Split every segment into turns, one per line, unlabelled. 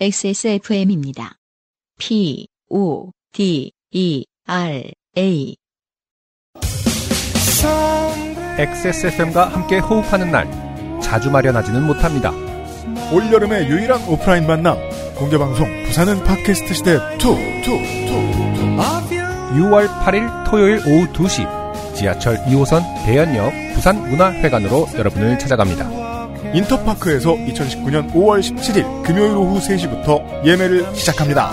XSFM입니다. P, O, D, E, R, A.
XSFM과 함께 호흡하는 날 자주 마련하지는 못합니다.
올여름의 유일한 오프라인 만남 공개방송 부산은 팟캐스트 시대 2
6월 8일 토요일 오후 2시 지하철 2호선 대연역 부산문화회관으로 여러분을 찾아갑니다.
인터파크에서 2019년 5월 17일 금요일 오후 3시부터 예매를 시작합니다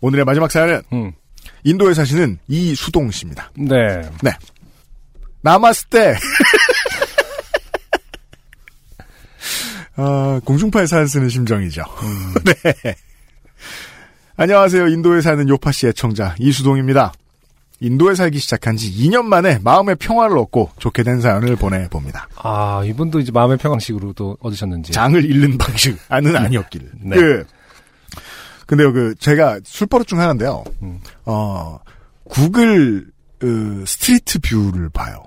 오늘의 마지막 사연은
음,
인도에 사시는 이수동 씨입니다
네.
나마스테 아, 공중파에 사연 쓰는 심정이죠
음.
네. 안녕하세요. 인도에 사는 요파씨 애청자 이수동입니다. 인도에 살기 시작한 지 2년 만에 마음의 평화를 얻고 좋게 된 사연을 보내봅니다.
아 이분도 이제 마음의 평강식으로 또 얻으셨는지.
장을 잃는 방식, 아는 아니었길.
예. 네.
그, 근데요, 그, 제가 술버릇 중 하나인데요.
음.
어, 구글, 그, 스트리트 뷰를 봐요.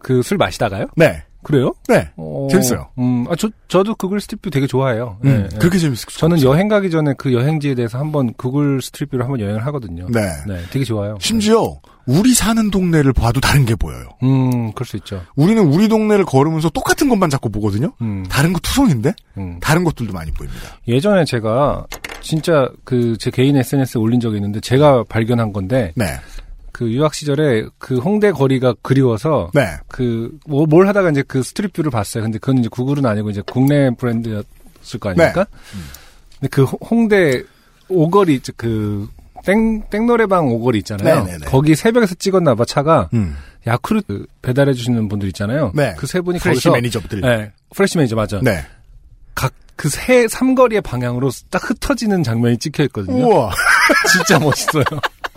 그 술 마시다가요?
네.
그래요?
네.
어,
재밌어요.
음, 아, 저, 저도 구글 스트립뷰 되게 좋아해요.
음,
예, 예.
그렇게 재밌을 것
저는
같아요.
여행 가기 전에 그 여행지에 대해서 한번 그 구글 스트립뷰로 한번 여행을 하거든요.
네.
되게 좋아요.
심지어, 우리 사는 동네를 봐도 다른 게 보여요.
음, 그럴 수 있죠.
우리는 우리 동네를 걸으면서 똑같은 것만 자꾸 보거든요?
음,
다른 거 투성인데?
음.
다른 것들도 많이 보입니다.
예전에 제가 진짜 그 제 개인 SNS에 올린 적이 있는데 제가 발견한 건데
네.
그 유학 시절에 그 홍대 거리가 그리워서
네.
그 뭘 하다가 이제 그 스트립뷰를 봤어요. 근데 그건 이제 구글은 아니고 이제 국내 브랜드였을 거 아닙니까?
네.
근데 그 홍- 홍대 오거리 그땡 땡노래방 오거리 있잖아요.
네네네.
거기 새벽에서 찍었나 봐 차가
음.
야쿠르트 배달해 주시는 분들 있잖아요.
네.
그 세 분이
프레시
거기서-
매니저들.
네. 프레시 매니저 맞아.
네.
각그세 삼거리의 방향으로 딱 흩어지는 장면이 찍혀 있거든요.
우와.
진짜 멋있어요.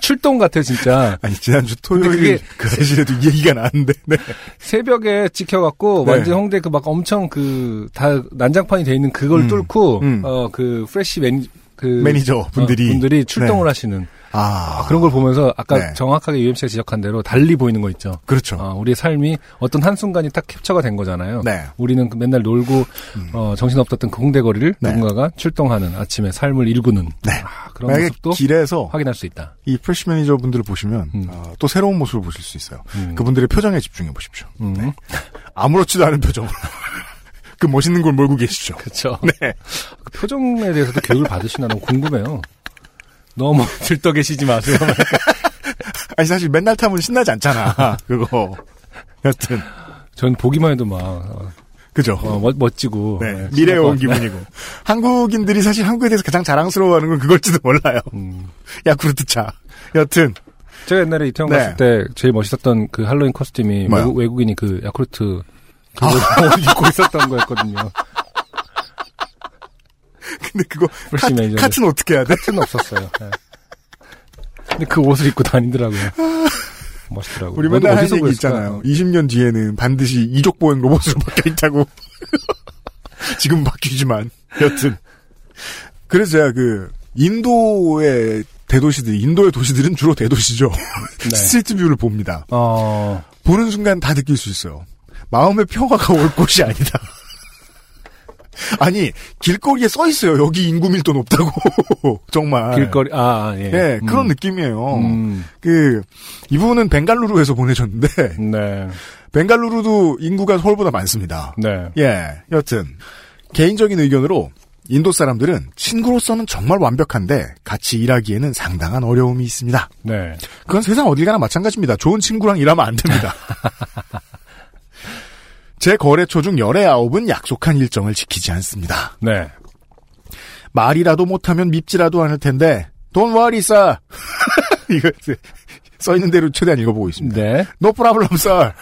출동 같아요, 진짜.
아니 지난주
근데
토요일
그게- 그
그 사실에도 이 얘기가 나왔는데. 네.
새벽에 찍혀갖고
네.
완전 홍대 그 막 엄청 그 다 난장판이 돼 있는 그걸
음,
뚫고
음.
어 그 프레시 매니 그
매니저 분들이.
어, 분들이 출동을 하시는
아,
그런 걸 보면서 아까
네.
정확하게 UMC가 지적한 대로 달리 보이는 거 있죠.
그렇죠.
어, 우리의 삶이 어떤 한 순간이 딱 캡처가 된 거잖아요.
네. 음.
우리는 그 맨날 놀고 어, 정신 없었던 그 홍대 거리를
네.
누군가가 출동하는 아침에 삶을 일구는
네.
아, 그런
만약에
모습도
길에서
확인할 수 있다.
이 프레시 매니저 분들을 보시면
음.
어, 또 새로운 모습을 보실 수 있어요.
음.
그분들의 표정에 집중해 보십시오. 네.
음,
아무렇지도 않은 표정. 그 멋있는 걸 몰고 계시죠.
그렇죠.
네.
그 표정에 대해서도 교육을 받으시나 너무 궁금해요. 너무 들떠 계시지 마세요.
아니 사실 맨날 타면 신나지 않잖아. 그거. 여튼
전 보기만 해도 막 어,
그죠.
어, 멋, 멋지고
네,
네,
미래에 온
신날 것
기분이고. 한국인들이 사실 한국에 대해서 가장 자랑스러워하는 건 그걸지도 몰라요.
음.
야쿠르트 차. 여튼
같- 제가 옛날에 이태원
네.
갔을 때 제일 멋있었던 그 할로윈 커스튬이
뭐요? 아.
외국, 외국인이 그 야쿠르트 그걸 입고 있었던 거였거든요.
근데 그거
훨씬 매니저들.
카, 카트는 어떻게 해야 돼?
뜻은 없었어요. 네. 근데 그 옷을 입고 다니더라고요. 멋있더라고요.
우리 맨날
어디-
하는
어디서
얘기
보였을까?
있잖아요. 20년 뒤에는 반드시 이족 보행 로봇으로 바뀌어 있다고. 지금 바뀌지만 여튼 그래서 제가 그 인도의 대도시들, 인도의 도시들은 주로 대도시죠.
네.
스트리트 뷰를 봅니다.
어,
보는 순간 다 느낄 수 있어요. 마음의 평화가 올 곳이 아니다. 아니 길거리에 써 있어요. 여기 인구 밀도 높다고 정말.
길거리, 아, 아, 예.
예, 그런
음.
느낌이에요.
음,
그 이분은 벵갈루루에서 보내셨는데
네,
벵갈루루도 인구가 서울보다 많습니다.
네.
예, 여튼 개인적인 의견으로 인도 사람들은 친구로서는 정말 완벽한데 같이 일하기에는 상당한 어려움이 있습니다.
네.
그건 세상 어딜 가나 마찬가지입니다. 좋은 친구랑 일하면 안 됩니다. 제 거래처 중 열의 아홉은 약속한 일정을 지키지 않습니다.
네.
말이라도 못하면 밉지라도 않을 텐데 돈 월이 싸. 이거 써 있는 대로 최대한 읽어보고 있습니다.
네.
노 프라블럼 쌀.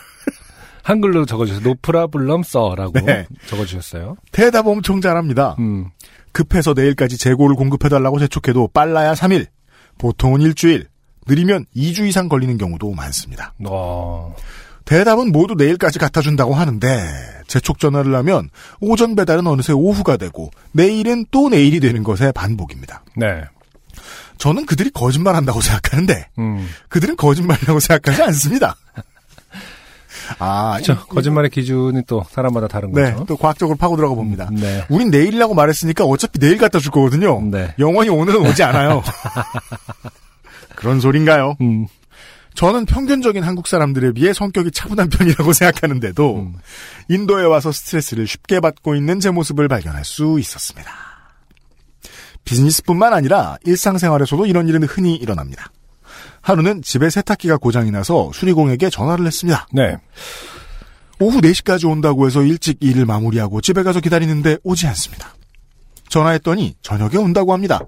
한글로 적어주셨어요. 노프라블럼 써라고
네.
적어주셨어요.
대답 엄청 잘합니다.
음.
급해서 내일까지 재고를 공급해달라고 재촉해도 빨라야 3일, 보통은 일주일, 느리면 2주 이상 걸리는 경우도 많습니다.
어.
대답은 모두 내일까지 갖다준다고 하는데 재촉 전화를 하면 오전 배달은 어느새 오후가 되고 내일은 또 내일이 되는 것의 반복입니다.
네.
저는 그들이 거짓말한다고 생각하는데
음.
그들은 거짓말이라고 생각하지 않습니다. 아,
그렇죠. 거짓말의 기준이 또 사람마다 다른
네,
거죠.
또 과학적으로 파고 들어가 봅니다.
음, 네.
우린 내일이라고 말했으니까 어차피 내일 갖다 줄 거거든요.
네.
영원히 오늘은 오지 않아요. 그런 소린가요?
음.
저는 평균적인 한국 사람들에 비해 성격이 차분한 편이라고 생각하는데도 인도에 와서 스트레스를 쉽게 받고 있는 제 모습을 발견할 수 있었습니다. 비즈니스뿐만 아니라 일상생활에서도 이런 일은 흔히 일어납니다. 하루는 집에 세탁기가 고장이 나서 수리공에게 전화를 했습니다.
네.
오후 4시까지 온다고 해서 일찍 일을 마무리하고 집에 가서 기다리는데 오지 않습니다. 전화했더니 저녁에 온다고 합니다.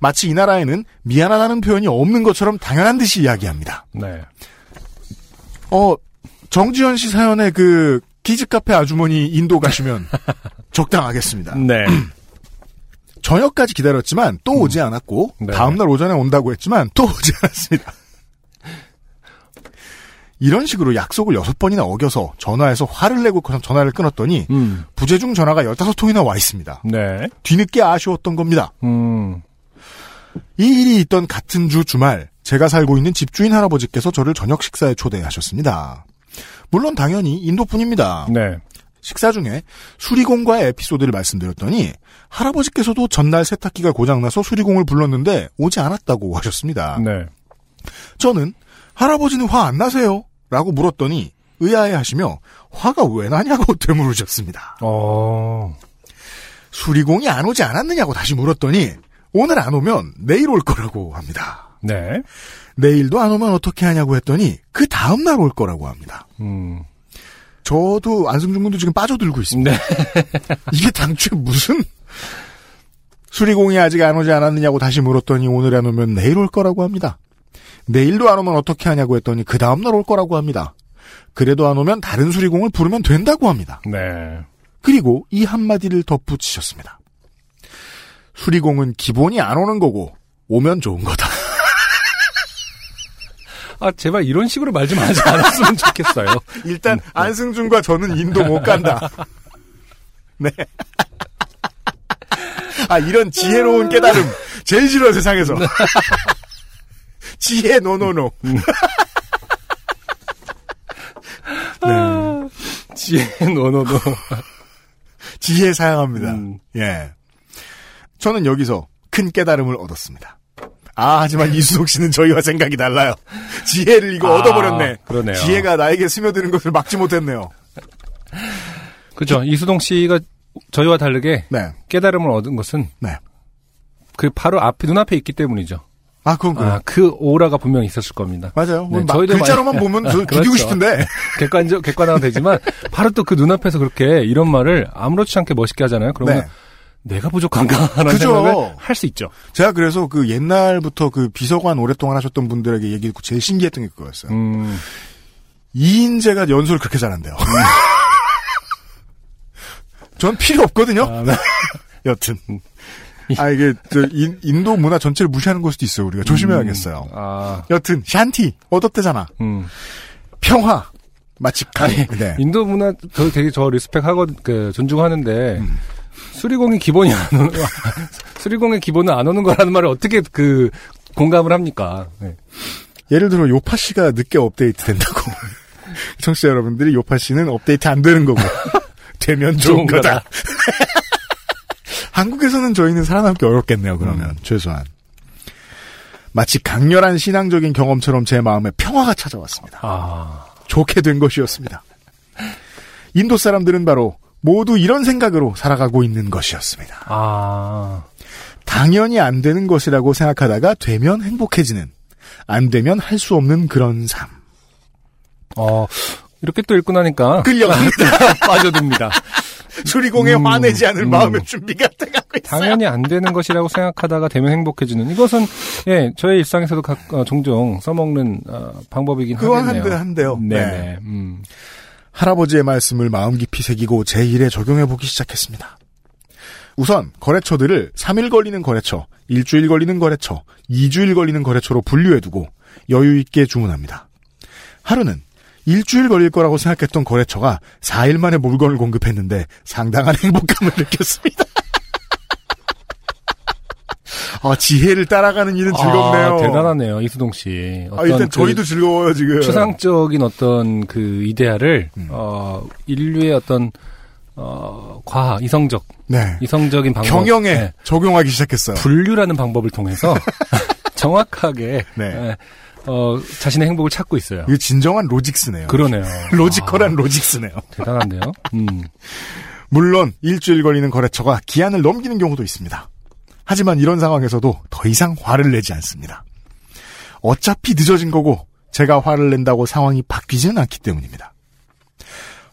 마치 이 나라에는 미안하다는 표현이 없는 것처럼 당연한 듯이 이야기합니다.
네.
어, 정지현 씨 사연의 그 키즈카페 아주머니 인도 가시면 적당하겠습니다.
네.
저녁까지 기다렸지만 또 오지 않았고
네.
다음날 오전에 온다고 했지만 또 오지 않았습니다. 이런 식으로 약속을 여섯 번이나 어겨서 전화해서 화를 내고 그 전화를 끊었더니
음.
부재중 전화가 15통이나 와 있습니다.
네.
뒤늦게 아쉬웠던 겁니다.
음.
이 일이 있던 같은 주 주말 제가 살고 있는 집주인 할아버지께서 저를 저녁 식사에 초대하셨습니다. 물론 당연히 인도 분입니다.
네.
식사 중에 수리공과의 에피소드를 말씀드렸더니 할아버지께서도 전날 세탁기가 고장나서 수리공을 불렀는데 오지 않았다고 하셨습니다.
네.
저는 할아버지는 화 안 나세요? 라고 물었더니 의아해하시며 화가 왜 나냐고 되물으셨습니다.
어.
수리공이 안 오지 않았느냐고 다시 물었더니 오늘 안 오면 내일 올 거라고 합니다.
네.
내일도 안 오면 어떻게 하냐고 했더니 그 다음날 올 거라고 합니다.
음.
저도 안승준 군도 지금 빠져들고 있습니다.
네.
이게 당초에 무슨 수리공이 아직 안 오지 않았느냐고 다시 물었더니 오늘 안 오면 내일 올 거라고 합니다. 내일도 안 오면 어떻게 하냐고 했더니 그 다음날 올 거라고 합니다. 그래도 안 오면 다른 수리공을 부르면 된다고 합니다.
네.
그리고 이 한마디를 덧붙이셨습니다. 수리공은 기본이 안 오는 거고 오면 좋은 거다.
아, 제발 이런 식으로 말 좀 하지 않았으면 좋겠어요.
일단 안승준과 저는 인도 못 간다. 네. 아 이런 지혜로운 깨달음 제일 싫어 세상에서. 지혜 노노노. 네.
지혜 노노노.
지혜 사양합니다.
음.
예. 저는 여기서 큰 깨달음을 얻었습니다. 아 하지만 이수석 씨는 저희와 생각이 달라요. 지혜를 이거
아,
얻어버렸네.
그러네요.
지혜가 나에게 스며드는 것을 막지 못했네요.
그죠. 이수동 씨가 저희와 다르게
네.
깨달음을 얻은 것은
네.
그 바로 앞에 눈앞에 있기 때문이죠.
아 그건 그래요.
아, 그 오라가 분명히 있었을 겁니다.
맞아요. 뭐
네,
막
저희도
글자로만
많이-
보면 저
그렇죠.
죽이고 싶은데.
객관적 객관화가 되지만 바로 또 그 눈앞에서 그렇게 이런 말을 아무렇지 않게 멋있게 하잖아요. 그러면
네.
내가 부족한가라는
그죠.
생각을 할 수 있죠.
제가 그래서 그 옛날부터 그 비서관 오랫동안 하셨던 분들에게 얘기 듣고 제일 신기했던 게 그거였어요.
음,
이인재가 연설을 그렇게 잘한대요. 전 필요 없거든요.
아, 네.
여튼. 아, 이게, 저, 인, 인도 문화 전체를 무시하는 걸 수도 있어요, 우리가. 조심해야겠어요.
아,
여튼, 샨티, 얻었대잖아.
음.
평화. 마치, 간. 네.
인도 문화 저 되게 저 리스펙 하고 그 존중하는데
음.
수리공이 기본이 안 오는 수리공의 기본은 안 오는 거라는 말을 어떻게 그 공감을 합니까? 네.
예를 들어, 요파 씨가 늦게 업데이트 된다고. 청취자 여러분들이 요파 씨는 업데이트 안 되는 거고. 되면 좋은
좋은
거다.
거다.
한국에서는 저희는 살아남기 어렵겠네요,
음.
그러면. 최소한. 마치 강렬한 신앙적인 경험처럼 제 마음에 평화가 찾아왔습니다.
아,
좋게 된 것이었습니다. 인도 사람들은 바로 모두 이런 생각으로 살아가고 있는 것이었습니다.
아,
당연히 안 되는 것이라고 생각하다가 되면 행복해지는, 안 되면 할 수 없는 그런 삶.
어 이렇게 또 읽고 나니까
그 끌려갑니다.
빠져듭니다.
수리공에
아, 음,
화내지 않을
음.
마음의 준비가 돼가고 있어요.
당연히 안 되는 것이라고 생각하다가 되면 행복해지는 이것은 예 저의 일상에서도 각, 어, 종종 써먹는 어, 방법이긴
그건
하겠네요.
한데 한데요.
네네.
네.
음.
할아버지의 말씀을 마음 깊이 새기고 제 일에 적용해보기 시작했습니다. 우선 거래처들을 3일 걸리는 거래처, 일주일 걸리는 거래처, 2주일 걸리는 거래처로 분류해두고 여유있게 주문합니다. 하루는 일주일 걸릴 거라고 생각했던 거래처가 4일 만에 물건을 공급했는데 상당한 행복감을 느꼈습니다. 아, 지혜를 따라가는 일은 즐겁네요.
아, 대단하네요, 이수동 씨.
아, 일단
그
저희도 즐거워요, 지금.
추상적인 어떤 그 이데아를,
음.
어, 인류의 어떤, 어, 과학, 이성적,
네.
이성적인 방법.
경영에
네.
적용하기 시작했어요.
분류라는 방법을 통해서 정확하게,
네.
예, 어, 자신의 행복을 찾고 있어요.
이게 진정한 로직스네요.
그러네요.
로지컬한 로직스네요.
대단한데요? 음.
물론 일주일 걸리는 거래처가 기한을 넘기는 경우도 있습니다. 하지만 이런 상황에서도 더 이상 화를 내지 않습니다. 어차피 늦어진 거고 제가 화를 낸다고 상황이 바뀌지는 않기 때문입니다.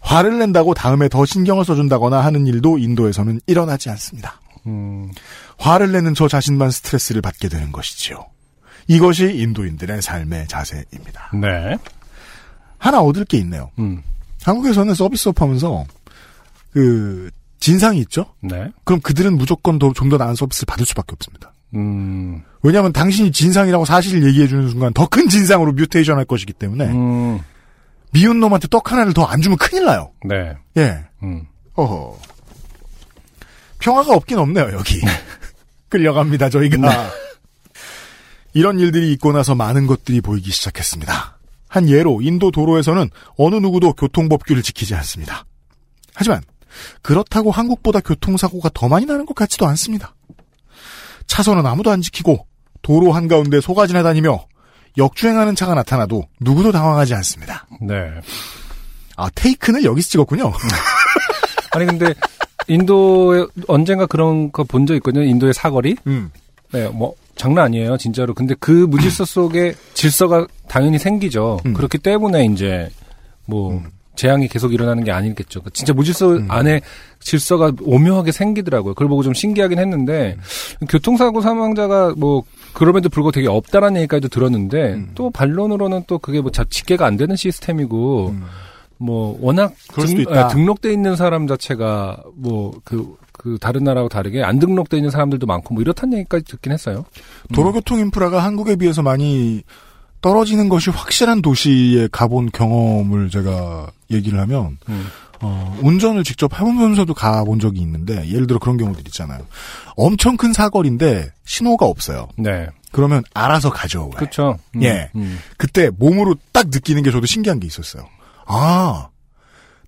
화를 낸다고 다음에 더 신경을 써준다거나 하는 일도 인도에서는 일어나지 않습니다.
음.
화를 내는 저 자신만 스트레스를 받게 되는 것이지요. 이것이 인도인들의 삶의 자세입니다.
네.
하나 얻을 게 있네요.
음.
한국에서는 서비스업 하면서 그 진상이 있죠.
네.
그럼 그들은 무조건 더 좀 더 나은 서비스를 받을 수밖에 없습니다.
음.
왜냐하면 당신이 진상이라고 사실을 얘기해주는 순간 더 큰 진상으로 뮤테이션 할 것이기 때문에
음.
미운 놈한테 떡 하나를 더 안 주면 큰일 나요.
네.
예.
음.
어허. 평화가 없긴 없네요, 네. 여기. 끌려갑니다, 저희가. 이런 일들이 있고 나서 많은 것들이 보이기 시작했습니다. 한 예로 인도 도로에서는 어느 누구도 교통법규를 지키지 않습니다. 하지만 그렇다고 한국보다 교통사고가 더 많이 나는 것 같지도 않습니다. 차선은 아무도 안 지키고 도로 한가운데 소가 지나다니며 역주행하는 차가 나타나도 누구도 당황하지 않습니다.
네.
아, 테이크는 여기서 찍었군요.
아니 근데 인도에 언젠가 그런 거 본 적 있거든요. 인도의 사거리.
음.
네, 뭐 장난 아니에요, 진짜로. 근데 그 무질서 속에 질서가 당연히 생기죠.
음.
그렇기 때문에 이제 뭐 재앙이 계속 일어나는 게 아니겠죠. 그 진짜 무질서 안에 질서가 오묘하게 생기더라고요. 그걸 보고 좀 신기하긴 했는데 교통사고 사망자가 뭐 그럼에도 불구하고 되게 없다라는 얘기까지도 들었는데 또 반론으로는 또 그게 뭐 자- 집계가 안 되는 시스템이고
음.
뭐 워낙
그럴 수도 있다.
예, 등록돼 있는 사람 자체가 뭐 그 그 다른 나라하고 다르게 안 등록돼 있는 사람들도 많고 뭐 이렇다는 얘기까지 듣긴 했어요.
음. 도로교통 인프라가 한국에 비해서 많이 떨어지는 것이 확실한 도시에 가본 경험을 제가 얘기를 하면
음.
어, 운전을 직접 해보면서도 가본 적이 있는데 예를 들어 그런 경우들 있잖아요. 엄청 큰 사거리인데 신호가 없어요.
네,
그러면 알아서 가져와요.
그렇죠. 음,
예.
음.
그때 몸으로 딱 느끼는 게 저도 신기한 게 있었어요. 아,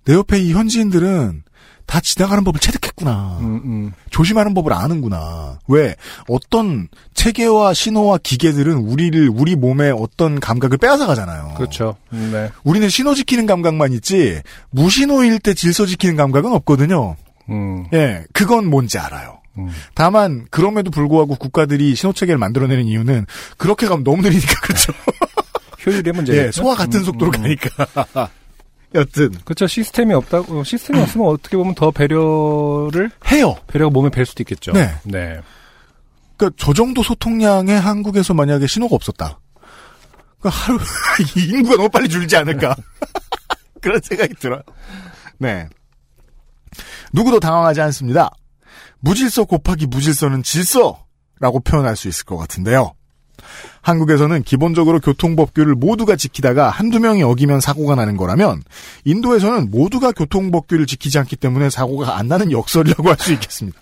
내 옆에 이 현지인들은 다 지나가는 법을 체득했구나.
음, 음.
조심하는 법을 아는구나. 왜 어떤 체계와 신호와 기계들은 우리를 우리 몸의 어떤 감각을 빼앗아 가잖아요.
그렇죠. 음, 네,
우리는 신호 지키는 감각만 있지 무신호일 때 질서 지키는 감각은 없거든요.
음,
예, 그건 뭔지 알아요.
음.
다만 그럼에도 불구하고 국가들이 신호 체계를 만들어내는 이유는 그렇게 가면 너무 느리니까 그렇죠.
효율의 문제죠. 음,
예, 소와 같은 속도로 가니까. 여튼
그렇죠. 시스템이 없다고 시스템이 없으면 어떻게 보면 더 배려를
해요.
배려가 몸에 뵐 수도 있겠죠.
네.
네.
그러니까 저 정도 소통량에 한국에서 만약에 신호가 없었다. 그 하루 이 인구가 너무 빨리 줄지 않을까 그런 생각이 들어요. 네. 누구도 당황하지 않습니다. 무질서 곱하기 무질서는 질서라고 표현할 수 있을 것 같은데요. 한국에서는 기본적으로 교통법규를 모두가 지키다가 한두 명이 어기면 사고가 나는 거라면 인도에서는 모두가 교통법규를 지키지 않기 때문에 사고가 안 나는 역설이라고 할 수 있겠습니다.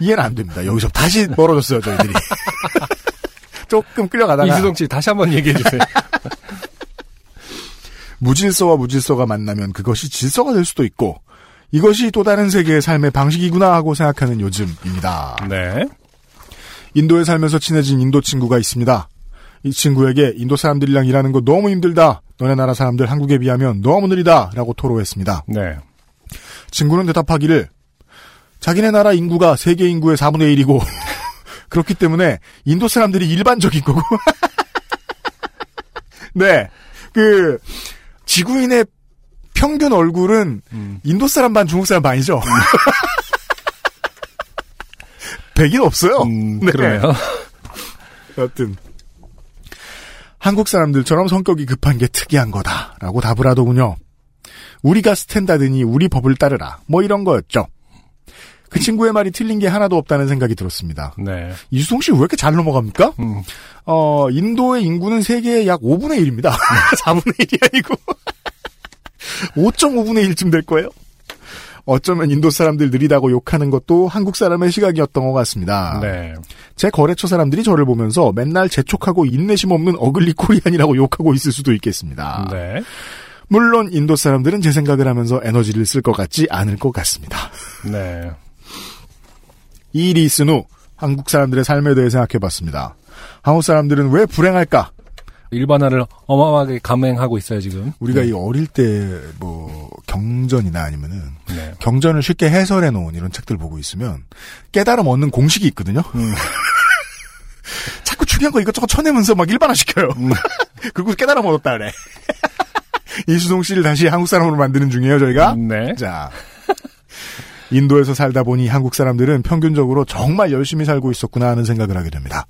이해는 안 됩니다. 여기서 다시 멀어졌어요, 저희들이. 조금 끌려가다가
이수동 씨 다시 한번 얘기해 주세요.
무질서와 무질서가 만나면 그것이 질서가 될 수도 있고 이것이 또 다른 세계의 삶의 방식이구나 하고 생각하는 요즘입니다.
네.
인도에 살면서 친해진 인도 친구가 있습니다. 이 친구에게 인도 사람들이랑 일하는 거 너무 힘들다. 너네 나라 사람들 한국에 비하면 너무 느리다. 라고 토로했습니다.
네.
친구는 대답하기를 자기네 나라 인구가 세계 인구의 4분의 1이고 그렇기 때문에 인도 사람들이 일반적인 거고 네. 그 지구인의 평균 얼굴은
음.
인도 사람 반 중국 사람 반이죠. 백인 없어요.
음,
네.
그러네요.
여튼 한국 사람들처럼 성격이 급한 게 특이한 거다라고 답을 하더군요. 우리가 스탠다드니 우리 법을 따르라 뭐 이런 거였죠. 그 친구의 말이 틀린 게 하나도 없다는 생각이 들었습니다.
네.
이수동 씨 왜 이렇게 잘 넘어갑니까?
음.
어, 인도의 인구는 세계의 약 5분의 1입니다. 4분의 1이 아니고. 5.5분의 1쯤 될 거예요. 어쩌면 인도 사람들 느리다고 욕하는 것도 한국 사람의 시각이었던 것 같습니다.
네.
제 거래처 사람들이 저를 보면서 맨날 재촉하고 인내심 없는 어글리 코리안이라고 욕하고 있을 수도 있겠습니다.
네.
물론 인도 사람들은 제 생각을 하면서 에너지를 쓸 것 같지 않을 것 같습니다.
네.
이 일이 있은 후 한국 사람들의 삶에 대해 생각해봤습니다. 한국 사람들은 왜 불행할까?
일반화를 어마어마하게 감행하고 있어요, 지금.
우리가 이 어릴 때 뭐 경전이나 아니면은
네.
경전을 쉽게 해설해 놓은 이런 책들 보고 있으면 깨달음 얻는 공식이 있거든요. 자꾸 중요한 거 이것저것 쳐내면서 막 일반화시켜요. 그리고 깨달음 얻었다 그래. 이수동 씨를 다시 한국 사람으로 만드는 중이에요, 저희가.
네.
자. 인도에서 살다 보니 한국 사람들은 평균적으로 정말 열심히 살고 있었구나 하는 생각을 하게 됩니다.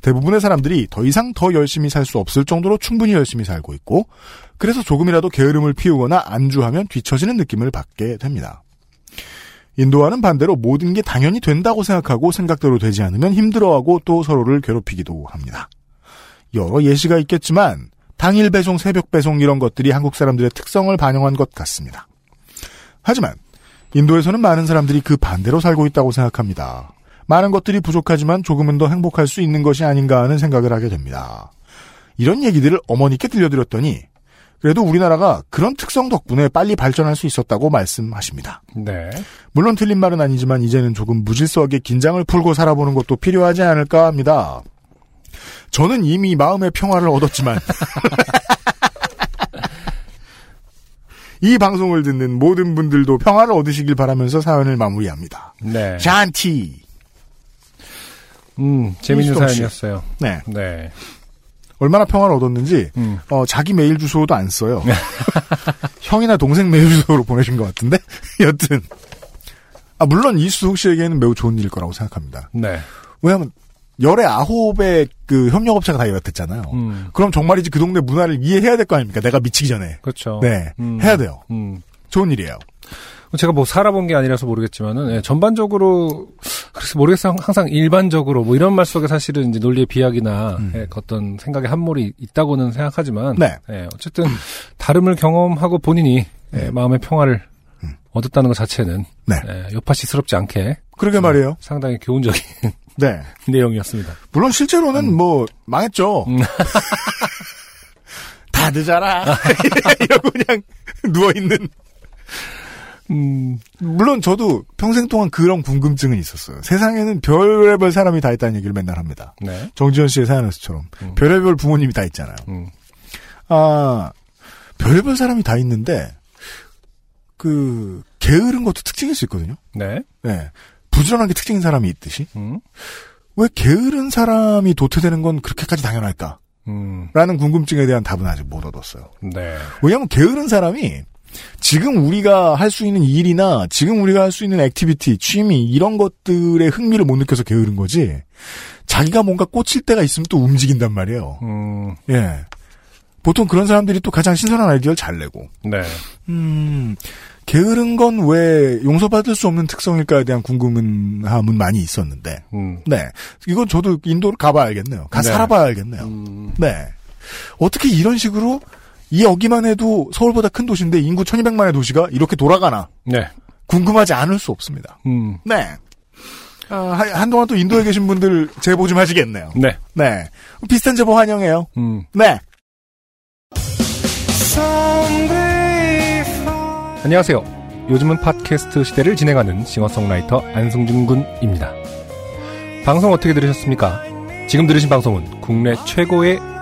대부분의 사람들이 더 이상 더 열심히 살 수 없을 정도로 충분히 열심히 살고 있고, 그래서 조금이라도 게으름을 피우거나 안주하면 뒤처지는 느낌을 받게 됩니다. 인도와는 반대로 모든 게 당연히 된다고 생각하고 생각대로 되지 않으면 힘들어하고 또 서로를 괴롭히기도 합니다. 여러 예시가 있겠지만, 당일 배송, 새벽 배송 이런 것들이 한국 사람들의 특성을 반영한 것 같습니다. 하지만 인도에서는 많은 사람들이 그 반대로 살고 있다고 생각합니다. 많은 것들이 부족하지만 조금은 더 행복할 수 있는 것이 아닌가 하는 생각을 하게 됩니다. 이런 얘기들을 어머니께 들려드렸더니 그래도 우리나라가 그런 특성 덕분에 빨리 발전할 수 있었다고 말씀하십니다.
네.
물론 틀린 말은 아니지만 이제는 조금 무질서하게 긴장을 풀고 살아보는 것도 필요하지 않을까 합니다. 저는 이미 마음의 평화를 얻었지만 이 방송을 듣는 모든 분들도 평화를 얻으시길 바라면서 사연을 마무리합니다.
네.
샨티.
음, 재밌는
이수동 씨.
사연이었어요.
네.
네.
얼마나 평화를 얻었는지
음.
어, 자기 메일 주소도 안 써요. 형이나 동생 메일 주소로 보내신 것 같은데 여튼 아 물론 이수석 씨에게는 매우 좋은 일일 거라고 생각합니다.
네.
왜냐면 열의 아홉의 그 협력업체가 다 연락됐잖아요.
음.
그럼 정말이지 그 동네 문화를 이해해야 될 거 아닙니까? 내가 미치기 전에.
그렇죠.
네,
음.
해야 돼요.
음.
좋은 일이에요.
제가 뭐 살아본 게 아니라서 모르겠지만은 예, 전반적으로 그래서 모르겠어요. 항상 일반적으로 뭐 이런 말 속에 사실은 이제 논리의 비약이나
음.
예, 어떤 생각의 한몰이 있다고는 생각하지만
네.
예, 어쨌든 다름을 경험하고 본인이 예, 마음의 평화를
네. 음.
얻었다는 것 자체는
네.
예, 요파시스럽지 않게
그러게 말이에요.
상당히 교훈적인
네.
내용이었습니다.
물론 실제로는
음.
뭐 망했죠. 다 늦어라. 이러고 그냥 누워있는.
음,
물론 저도 평생 동안 그런 궁금증은 있었어요. 세상에는 별의별 사람이 다 있다는 얘기를 맨날 합니다.
네.
정지현 씨의 사연에서처럼
음.
별의별 부모님이 다 있잖아요.
음.
아, 별의별 사람이 다 있는데, 그, 게으른 것도 특징일 수 있거든요?
네.
네. 부지런한 게 특징인 사람이 있듯이,
음.
왜 게으른 사람이 도태되는 건 그렇게까지 당연할까?
음.
라는 궁금증에 대한 답은 아직 못 얻었어요.
네.
왜냐면 하 게으른 사람이 지금 우리가 할 수 있는 일이나 지금 우리가 할 수 있는 액티비티, 취미, 이런 것들에 흥미를 못 느껴서 게으른 거지, 자기가 뭔가 꽂힐 때가 있으면 또 움직인단 말이에요.
음.
예. 보통 그런 사람들이 또 가장 신선한 아이디어를 잘 내고,
네.
음, 게으른 건 왜 용서받을 수 없는 특성일까에 대한 궁금함은 많이 있었는데,
음.
네. 이건 저도 인도를 가봐야 알겠네요. 가
네.
살아봐야 알겠네요.
음.
네. 어떻게 이런 식으로 이 여기만 해도 서울보다 큰 도시인데 인구 1200만의 도시가 이렇게 돌아가나
네.
궁금하지 않을 수 없습니다.
음.
네. 아, 하- 한동안 또 인도에 계신 분들 제보 좀 하시겠네요.
네.
네. 비슷한 제보 환영해요.
음.
네.
안녕하세요. 요즘은 팟캐스트 시대를 진행하는 싱어송라이터 안승준 군입니다. 방송 어떻게 들으셨습니까? 지금 들으신 방송은 국내 최고의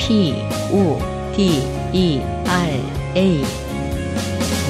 P, O, D, E, R, A.